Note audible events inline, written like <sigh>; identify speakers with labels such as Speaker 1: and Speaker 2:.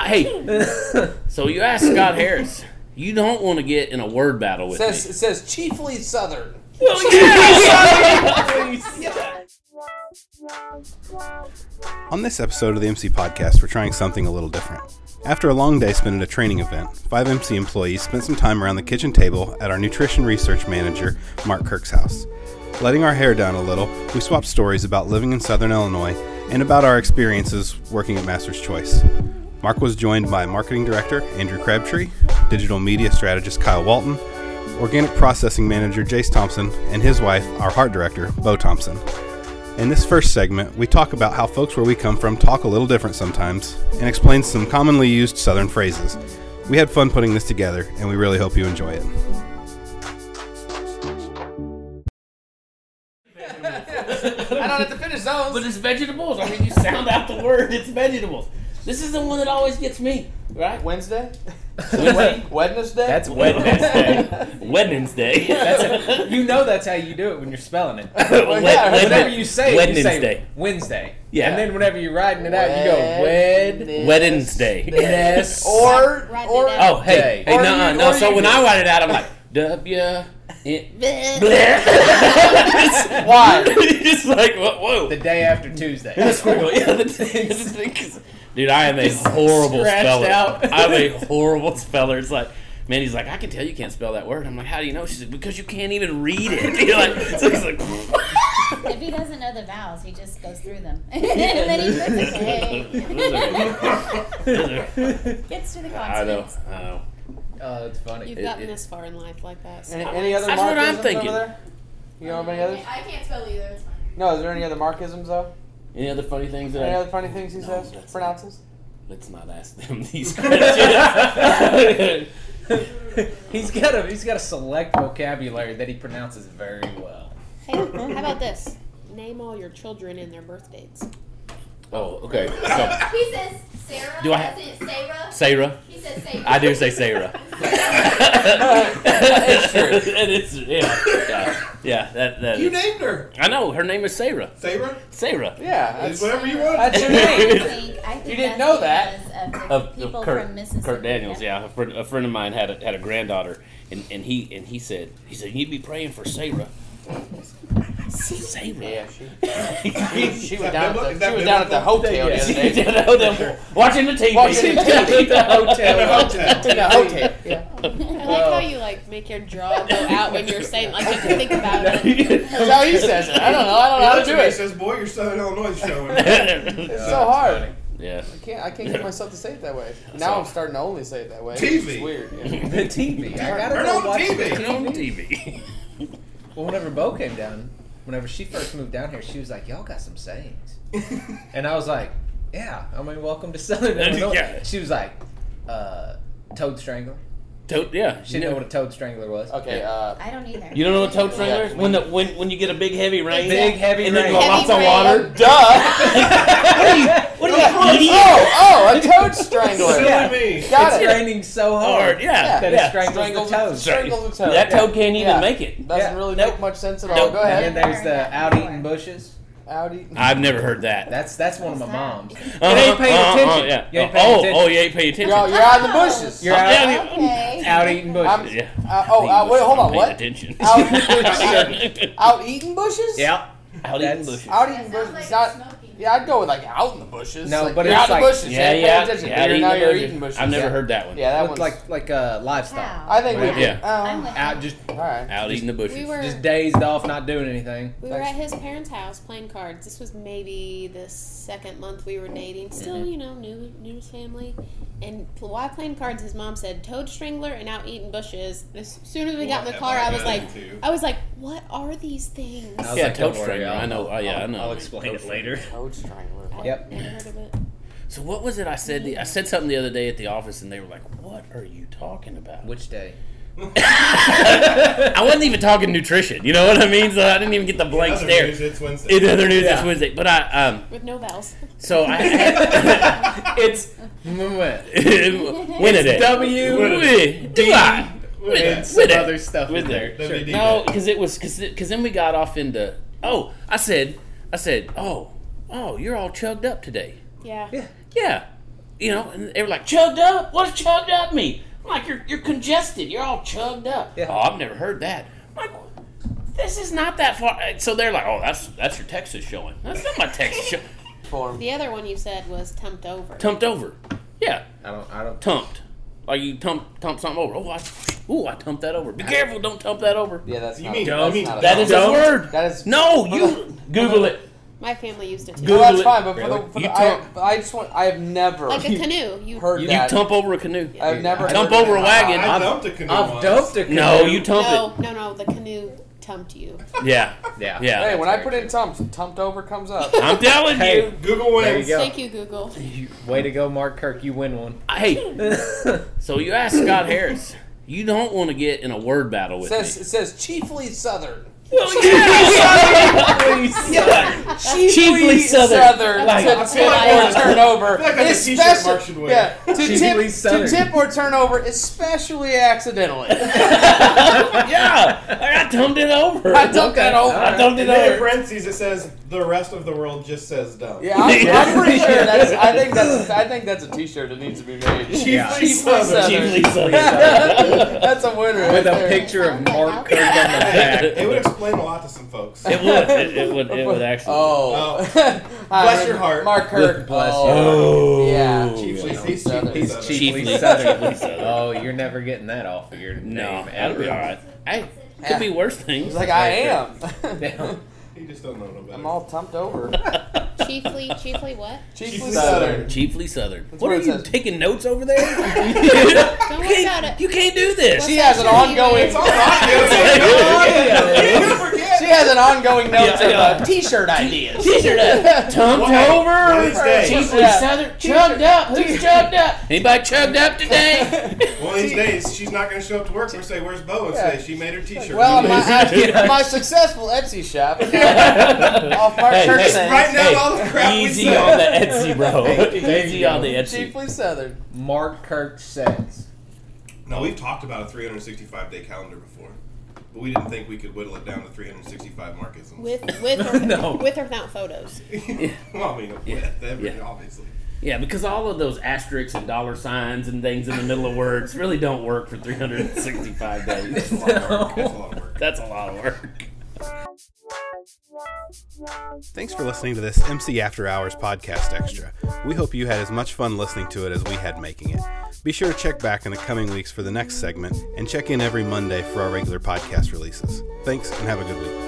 Speaker 1: hey, <laughs> so you asked Scott Harris. You don't want to get in a word battle with
Speaker 2: says
Speaker 1: me.
Speaker 2: it says chiefly southern.
Speaker 3: On this episode of the MC Podcast, we're trying something a little different. After a long day spent at a training event, five MC employees spent some time around the kitchen table at our nutrition research manager, Mark Kirk's house. Letting our hair down a little, we swapped stories about living in Southern Illinois and about our experiences working at Master's Choice. Mark was joined by marketing director Andrew Crabtree, digital media strategist Kyle Walton, organic processing manager Jace Thompson, and his wife, our heart director, Bo Thompson. In this first segment, we talk about how folks where we come from talk a little different sometimes and explain some commonly used Southern phrases. We had fun putting this together, and we really hope you enjoy it.
Speaker 2: I don't have to finish those.
Speaker 1: But it's vegetables. I mean, you sound out the word. It's vegetables. This is the one that always gets me, right?
Speaker 2: Wednesday?
Speaker 1: Wednesday.
Speaker 2: Wednesday?
Speaker 4: That's
Speaker 1: Wednesday. Wednesday. <laughs>
Speaker 4: That's it. you know that's how you do it when you're spelling <laughs> it.
Speaker 2: Well, yeah,
Speaker 1: Wed-
Speaker 4: Whenever
Speaker 1: Wednesday.
Speaker 4: you say it, you
Speaker 1: Wednesday.
Speaker 4: say Wednesday.
Speaker 1: Yeah.
Speaker 4: And then whenever you're writing it out, you go Wed.
Speaker 1: Wednesday.
Speaker 4: Yes.
Speaker 2: Or
Speaker 5: Write it
Speaker 2: or
Speaker 5: down.
Speaker 1: Oh, hey,
Speaker 4: Day.
Speaker 1: hey,
Speaker 2: Or
Speaker 1: no,
Speaker 2: you-
Speaker 1: no.
Speaker 2: or
Speaker 1: So
Speaker 2: you
Speaker 1: when
Speaker 2: just-
Speaker 1: I write it out, I'm like W. <laughs> it-
Speaker 5: Bleh.
Speaker 1: Bleh.
Speaker 2: why?
Speaker 1: Just like whoa. whoa.
Speaker 4: <laughs> the day after <laughs> Tuesday.
Speaker 1: squiggle. Yeah, the the thing
Speaker 4: <laughs>
Speaker 1: is- Dude, I am a horrible
Speaker 4: scratched
Speaker 1: speller. <laughs>
Speaker 4: out.
Speaker 1: I'm a horrible speller. It's like, man, he's like, I can tell you can't spell that word. I'm like, how do you know? She's like, because you can't even read it. <laughs> You're like, so he's like,
Speaker 5: If he doesn't know the vowels, he just goes through them. <laughs> and then he
Speaker 1: <laughs>
Speaker 5: puts it Gets to the
Speaker 1: I know,
Speaker 5: consonants.
Speaker 1: I know.
Speaker 4: Oh, it's funny.
Speaker 6: You've
Speaker 1: It- Eh.
Speaker 6: gotten
Speaker 1: it-
Speaker 6: this far in life like that. So.
Speaker 2: Any, any other
Speaker 1: That's
Speaker 2: markisms
Speaker 1: what I'm thinking.
Speaker 2: over there? You know of any others?
Speaker 6: I can't spell either. It's fine.
Speaker 2: No, is there any other markisms though?
Speaker 1: Any other funny things that
Speaker 2: Any
Speaker 1: I,
Speaker 2: other funny things he
Speaker 1: No,
Speaker 2: says?
Speaker 1: that's-
Speaker 2: <laughs> Pronounces?
Speaker 1: let's not ask them <laughs> these questions.
Speaker 4: <laughs> he's got a he's got a select vocabulary that he pronounces very well.
Speaker 6: Hey, how about this? Name all your children and their birth dates.
Speaker 1: oh, okay. So,
Speaker 7: He says Sarah.
Speaker 1: Do I-
Speaker 7: as in Sarah?
Speaker 1: Sarah.
Speaker 7: He says Sarah.
Speaker 1: I do say <laughs> Sarah.
Speaker 2: It's true.
Speaker 1: It is, yeah, yeah, yeah. That, that
Speaker 8: You
Speaker 1: is-
Speaker 8: named her.
Speaker 1: I know her name is Sarah.
Speaker 8: Sarah?
Speaker 1: Sarah.
Speaker 2: Yeah.
Speaker 8: It's
Speaker 2: That's,
Speaker 8: whatever you want.
Speaker 2: that's <laughs> your name.
Speaker 5: <laughs> I
Speaker 1: <laughs>
Speaker 5: think, I think
Speaker 2: You
Speaker 5: that's
Speaker 2: didn't know that.
Speaker 5: because Of the
Speaker 1: of, of
Speaker 5: people
Speaker 1: Kurt,
Speaker 5: from Mississippi.
Speaker 1: Kurt Daniels.
Speaker 5: <laughs>
Speaker 1: Yeah, a friend, a friend of mine had a, had a granddaughter, and, and he and he said he said you'd be praying for Sarah. Sarah.
Speaker 2: Yeah,
Speaker 1: <laughs>
Speaker 2: she,
Speaker 1: She's
Speaker 2: she
Speaker 8: Is
Speaker 2: was
Speaker 8: that
Speaker 2: down
Speaker 8: biblical?
Speaker 2: at
Speaker 8: Is that
Speaker 2: the, she was down at the
Speaker 8: biblical?
Speaker 2: hotel the other day.
Speaker 1: at the hotel, watching the TV.
Speaker 2: Watching the
Speaker 1: <laughs>
Speaker 2: TV.
Speaker 1: The hotel.
Speaker 2: In the hotel. Yeah.
Speaker 6: I like
Speaker 4: Wow.
Speaker 6: how you like make your jaw
Speaker 5: <laughs>
Speaker 6: go out when you're saying like you have to think about it.
Speaker 2: That's how he says it. I don't know. I don't know how to do
Speaker 8: It
Speaker 2: it.
Speaker 8: says, boy, your Southern Illinois is showing.
Speaker 2: It's so hard.
Speaker 1: <laughs> yeah.
Speaker 2: I can't, I can't get myself to say it that way. Now I'm starting to only say it that way.
Speaker 8: TV.
Speaker 2: It's weird. Yeah.
Speaker 1: <laughs>
Speaker 4: The TV. I gotta
Speaker 8: Turn
Speaker 4: go
Speaker 8: on the
Speaker 4: watch
Speaker 8: TV.
Speaker 4: The
Speaker 1: Turn on TV.
Speaker 4: Well, whenever Bo came down, whenever she first moved down here, she was like, "Y'all got some sayings," and I was like, "Yeah." I mean, welcome to Southern Illinois.
Speaker 1: Yeah.
Speaker 4: She was like, uh, "Toad strangler."
Speaker 1: Toad, yeah.
Speaker 4: She didn't know what a toad strangler was.
Speaker 2: Okay. Uh,
Speaker 5: I don't either.
Speaker 1: You don't know what toad strangler is? When, the, when when you get a big heavy rain,
Speaker 4: Big, heavy
Speaker 1: and then
Speaker 4: rain.
Speaker 1: go
Speaker 6: Heavy
Speaker 1: lots of
Speaker 2: <laughs>
Speaker 6: rain.
Speaker 1: water.
Speaker 2: duh.
Speaker 1: What are you eating?
Speaker 2: oh,
Speaker 1: <laughs>
Speaker 2: oh, a toad strangler.
Speaker 4: Yeah.
Speaker 8: Silly me.
Speaker 2: Got
Speaker 4: It's
Speaker 2: it.
Speaker 4: raining so
Speaker 1: Hard,
Speaker 4: hard
Speaker 1: yeah,
Speaker 4: that
Speaker 1: yeah.
Speaker 4: it strangles
Speaker 2: Strangles-
Speaker 4: the toes.
Speaker 2: Sure. Strangles the toad.
Speaker 1: That toad can't even
Speaker 2: Yeah.
Speaker 1: make it.
Speaker 2: Doesn't
Speaker 4: Yeah.
Speaker 2: really
Speaker 1: Nope.
Speaker 2: make much sense at all.
Speaker 1: Nope.
Speaker 2: Go
Speaker 4: And then there's
Speaker 2: ahead.
Speaker 4: the out eating bushes.
Speaker 2: Audi.
Speaker 1: I've never heard that.
Speaker 4: That's that's one of my mom's.
Speaker 1: Uh-huh,
Speaker 4: You ain't paying
Speaker 1: uh-huh,
Speaker 4: attention.
Speaker 1: yeah.
Speaker 4: You ain't paying
Speaker 1: oh,
Speaker 4: attention.
Speaker 1: oh, you ain't paying attention.
Speaker 2: You're out, you're out in the bushes.
Speaker 4: You're
Speaker 1: I'm
Speaker 4: out,
Speaker 1: telling you.
Speaker 5: Okay.
Speaker 4: out eating bushes.
Speaker 2: I'm-
Speaker 1: Yeah.
Speaker 2: Uh, oh, uh, wait, hold on. What? Oh,
Speaker 1: Attention.
Speaker 2: Out eating bushes?
Speaker 4: yeah.
Speaker 1: Out eating
Speaker 4: That's-
Speaker 1: bushes.
Speaker 2: Out
Speaker 7: That sounds
Speaker 2: eating bushes.
Speaker 7: like
Speaker 2: It's not.
Speaker 7: smoking.
Speaker 2: Yeah, I'd go with like out in the bushes.
Speaker 4: No,
Speaker 2: like,
Speaker 4: but
Speaker 2: you're
Speaker 4: it's
Speaker 2: out in
Speaker 4: like-
Speaker 2: the bushes.
Speaker 1: Yeah,
Speaker 2: you ain't
Speaker 1: yeah.
Speaker 2: paying attention,
Speaker 1: yeah,
Speaker 2: but
Speaker 1: eating
Speaker 2: you're, now
Speaker 1: the
Speaker 2: you're
Speaker 1: bushes.
Speaker 2: eating bushes.
Speaker 1: I've never
Speaker 2: yeah.
Speaker 1: heard that one.
Speaker 2: Yeah, that
Speaker 4: Look
Speaker 2: one's
Speaker 4: like like uh, livestock.
Speaker 5: How?
Speaker 2: I think we.
Speaker 1: Yeah.
Speaker 5: I'm with
Speaker 2: Oh.
Speaker 4: Out
Speaker 5: you.
Speaker 4: just
Speaker 2: All right.
Speaker 1: Out eating the bushes.
Speaker 6: We were
Speaker 4: just dazed off, not doing anything.
Speaker 6: we were at his parents' house playing cards. This was maybe the second month we
Speaker 4: Mm-hmm.
Speaker 6: were dating. Still, you know, new new to family. And pl- while playing cards, his mom said toad strangler and out eating bushes. As soon as we got in the car, I was like, I was like, what are these things?
Speaker 4: I was
Speaker 1: yeah,
Speaker 4: like,
Speaker 1: toad
Speaker 4: don't worry,
Speaker 1: strangler.
Speaker 4: I'll-
Speaker 1: I know. Oh, yeah,
Speaker 4: I'll-
Speaker 1: I know.
Speaker 4: I'll explain
Speaker 1: Toad
Speaker 4: it later.
Speaker 2: Toad strangler.
Speaker 6: I've
Speaker 4: Yep.
Speaker 6: Never heard of it.
Speaker 1: So what was it I said? The, I said something the other day at the office, and they were like, "What are you talking about?"
Speaker 4: Which
Speaker 1: <laughs>
Speaker 4: day?
Speaker 1: I wasn't even talking nutrition. You know what I mean? So I didn't even get the blank
Speaker 8: Other
Speaker 1: stare.
Speaker 8: news, it's Wednesday.
Speaker 1: In other news, it's
Speaker 4: Yeah.
Speaker 1: Wednesday. But I um,
Speaker 6: With no vowels. <laughs>
Speaker 1: so I
Speaker 2: <laughs>
Speaker 1: had,
Speaker 4: it's mwah.
Speaker 1: when it is
Speaker 4: W-
Speaker 1: Wh- do I
Speaker 8: Wait,
Speaker 4: and
Speaker 1: With
Speaker 4: some
Speaker 1: it.
Speaker 4: other stuff
Speaker 1: With
Speaker 4: in there.
Speaker 1: it.
Speaker 8: WD.
Speaker 1: No, because it was because then we got off into oh I said I said oh oh you're all chugged up today
Speaker 6: Yeah.
Speaker 4: Yeah.
Speaker 1: yeah you know, and they were like, chugged up? What does chugged up mean? I'm like, you're, you're congested. You're all chugged up.
Speaker 4: Yeah.
Speaker 1: Oh, I've never heard that. I'm like, this is not that far. So they're like, oh, that's that's your Texas showing. That's not my Texas show.
Speaker 2: Form.
Speaker 6: The other one you said was tumped over.
Speaker 1: Tumped over. Yeah,
Speaker 4: I don't. I don't.
Speaker 1: tumped. Like you tump, tump something over. Oh, I, ooh, I tumped that over. Be careful, don't tump that over.
Speaker 2: Yeah, that's
Speaker 8: You
Speaker 2: not.
Speaker 8: mean-
Speaker 2: that's
Speaker 8: you mean-
Speaker 2: not a
Speaker 1: That
Speaker 2: vowel.
Speaker 1: is a
Speaker 8: Don't.
Speaker 1: word.
Speaker 2: That is
Speaker 1: No, you Google it.
Speaker 6: My family used it too.
Speaker 2: Well,
Speaker 1: Google
Speaker 2: that's
Speaker 1: it.
Speaker 2: fine, but for
Speaker 4: Really?
Speaker 2: the, for
Speaker 1: You
Speaker 2: the I,
Speaker 1: talk-
Speaker 2: but I just want. I have never
Speaker 6: Like a canoe. You
Speaker 2: heard
Speaker 1: You
Speaker 2: that.
Speaker 1: tump over a canoe.
Speaker 2: I've never
Speaker 4: You
Speaker 1: Tump
Speaker 2: heard
Speaker 1: over a
Speaker 2: that.
Speaker 1: wagon.
Speaker 8: I dumped a canoe
Speaker 4: I've
Speaker 8: once.
Speaker 4: dumped a canoe.
Speaker 1: no, you tumped
Speaker 6: no, no, no. The canoe tumped you.
Speaker 1: it. Yeah,
Speaker 4: Yeah.
Speaker 1: Yeah.
Speaker 2: Hey,
Speaker 4: that's
Speaker 2: when I
Speaker 4: very
Speaker 2: put in
Speaker 4: true.
Speaker 2: tumped, tumped over comes up.
Speaker 1: I'm telling
Speaker 4: Hey.
Speaker 1: you.
Speaker 8: Google
Speaker 4: There you
Speaker 8: wins.
Speaker 4: go.
Speaker 6: Thank
Speaker 4: <laughs>
Speaker 6: you, Google.
Speaker 4: Way to go, Mark Kirk. You win
Speaker 1: <laughs>
Speaker 4: one.
Speaker 1: Hey,
Speaker 4: That's
Speaker 1: so you asked Scott Harris. You don't want to get in a word battle with
Speaker 2: says
Speaker 1: me.
Speaker 2: <laughs> it says chiefly southern.
Speaker 1: Well, <laughs> yeah,
Speaker 2: Chiefly,
Speaker 1: Southern. Like-
Speaker 2: to
Speaker 1: I
Speaker 2: tip
Speaker 8: feel like
Speaker 2: or
Speaker 8: that's-
Speaker 2: turn over,
Speaker 8: I feel like that's a t-shirt
Speaker 2: especially
Speaker 8: Mark should wear.
Speaker 2: yeah, to
Speaker 4: Chiefly
Speaker 2: tip
Speaker 4: Southern.
Speaker 2: to tip or turn over, especially accidentally.
Speaker 1: yeah, I dumped it over.
Speaker 2: I dumped that over.
Speaker 1: I dumped it
Speaker 8: And then in
Speaker 1: over.
Speaker 8: parentheses it says the rest of the world just says dumb.
Speaker 2: Yeah, I'm, I'm pretty sure that's. I think that's. I think that's a T-shirt that needs to be made.
Speaker 8: Chiefly
Speaker 4: Yeah.
Speaker 8: Southern.
Speaker 2: Southern.
Speaker 1: Chiefly Southern.
Speaker 2: <laughs> that's a winner. right
Speaker 4: With a
Speaker 2: there.
Speaker 4: picture of Mark Kirk on the back.
Speaker 8: It would explain a lot to some folks.
Speaker 1: It would. It, it would. It would actually.
Speaker 2: <laughs> Oh, Hi,
Speaker 8: Bless your heart.
Speaker 2: Mark Kirk.
Speaker 4: Bless
Speaker 2: oh.
Speaker 4: your heart.
Speaker 2: Yeah.
Speaker 8: Chiefly,
Speaker 2: Yeah.
Speaker 8: he's chiefly
Speaker 2: He's
Speaker 8: Southern.
Speaker 4: Chiefly
Speaker 1: Chiefly
Speaker 4: Southern.
Speaker 1: Southern.
Speaker 4: Oh, you're never getting that off of your
Speaker 1: no,
Speaker 4: name
Speaker 1: that'd be all right. Hey, could be worse things.
Speaker 2: He's like, I
Speaker 4: Yeah.
Speaker 2: am.
Speaker 8: He just don't know no better.
Speaker 2: <laughs> I'm all
Speaker 8: <laughs>
Speaker 2: tumped over.
Speaker 6: Chiefly, chiefly what?
Speaker 2: Chiefly
Speaker 8: Chiefly
Speaker 2: Southern.
Speaker 1: Chiefly Southern.
Speaker 2: what
Speaker 1: what are
Speaker 2: it
Speaker 1: you
Speaker 2: says.
Speaker 1: taking notes over there?
Speaker 6: Don't
Speaker 1: you,
Speaker 6: worry about
Speaker 1: can't,
Speaker 6: it.
Speaker 1: you can't do this.
Speaker 6: What's
Speaker 2: She
Speaker 6: that
Speaker 2: has an
Speaker 6: show you
Speaker 2: ongoing-
Speaker 6: made?
Speaker 8: It's all right. It's
Speaker 2: <laughs>
Speaker 8: all right. You forget.
Speaker 2: She has an ongoing note
Speaker 1: Yeah, yeah.
Speaker 2: of uh, T-shirt ideas.
Speaker 1: T-shirt up, tumped
Speaker 8: One day. One of
Speaker 1: over.
Speaker 8: these days.
Speaker 1: Chiefly
Speaker 2: Yeah.
Speaker 1: Southern. Chugged up. Who's chugged up? Anybody chugged up today?
Speaker 8: One of these days, she's not going to show up to work. We're say, "Where's Bo?" And say, "She made her T-shirt."
Speaker 2: Well,
Speaker 8: You
Speaker 2: my,
Speaker 8: made-
Speaker 1: <laughs>
Speaker 2: I, my successful Etsy shop off Mark
Speaker 1: Hey,
Speaker 2: Kirk
Speaker 1: hey,
Speaker 2: saying
Speaker 8: right now, all the crap we
Speaker 1: Easy
Speaker 8: said.
Speaker 1: on the Etsy, bro.
Speaker 4: there
Speaker 1: Easy
Speaker 4: you
Speaker 1: on
Speaker 4: go.
Speaker 1: the Etsy.
Speaker 2: Chiefly Southern.
Speaker 4: Mark Kirk says.
Speaker 8: No, we've talked about a 365 day calendar before, but we didn't think we could whittle it down to 365 markisms.
Speaker 6: With with or,
Speaker 4: No.
Speaker 6: with or without photos.
Speaker 8: <laughs> well, I mean,
Speaker 1: Yeah.
Speaker 8: with every,
Speaker 1: Yeah. <laughs>
Speaker 8: obviously.
Speaker 1: Yeah, because all of those asterisks and dollar signs and things in the middle of words really don't work for 365
Speaker 8: That's
Speaker 1: days. <laughs>
Speaker 8: a lot of work. That's a lot of work.
Speaker 1: That's a lot of work.
Speaker 3: Thanks for listening to this MC After Hours podcast extra. We hope you had as much fun listening to it as we had making it. Be sure to check back in the coming weeks for the next segment and check in every Monday for our regular podcast releases. Thanks and have a good week.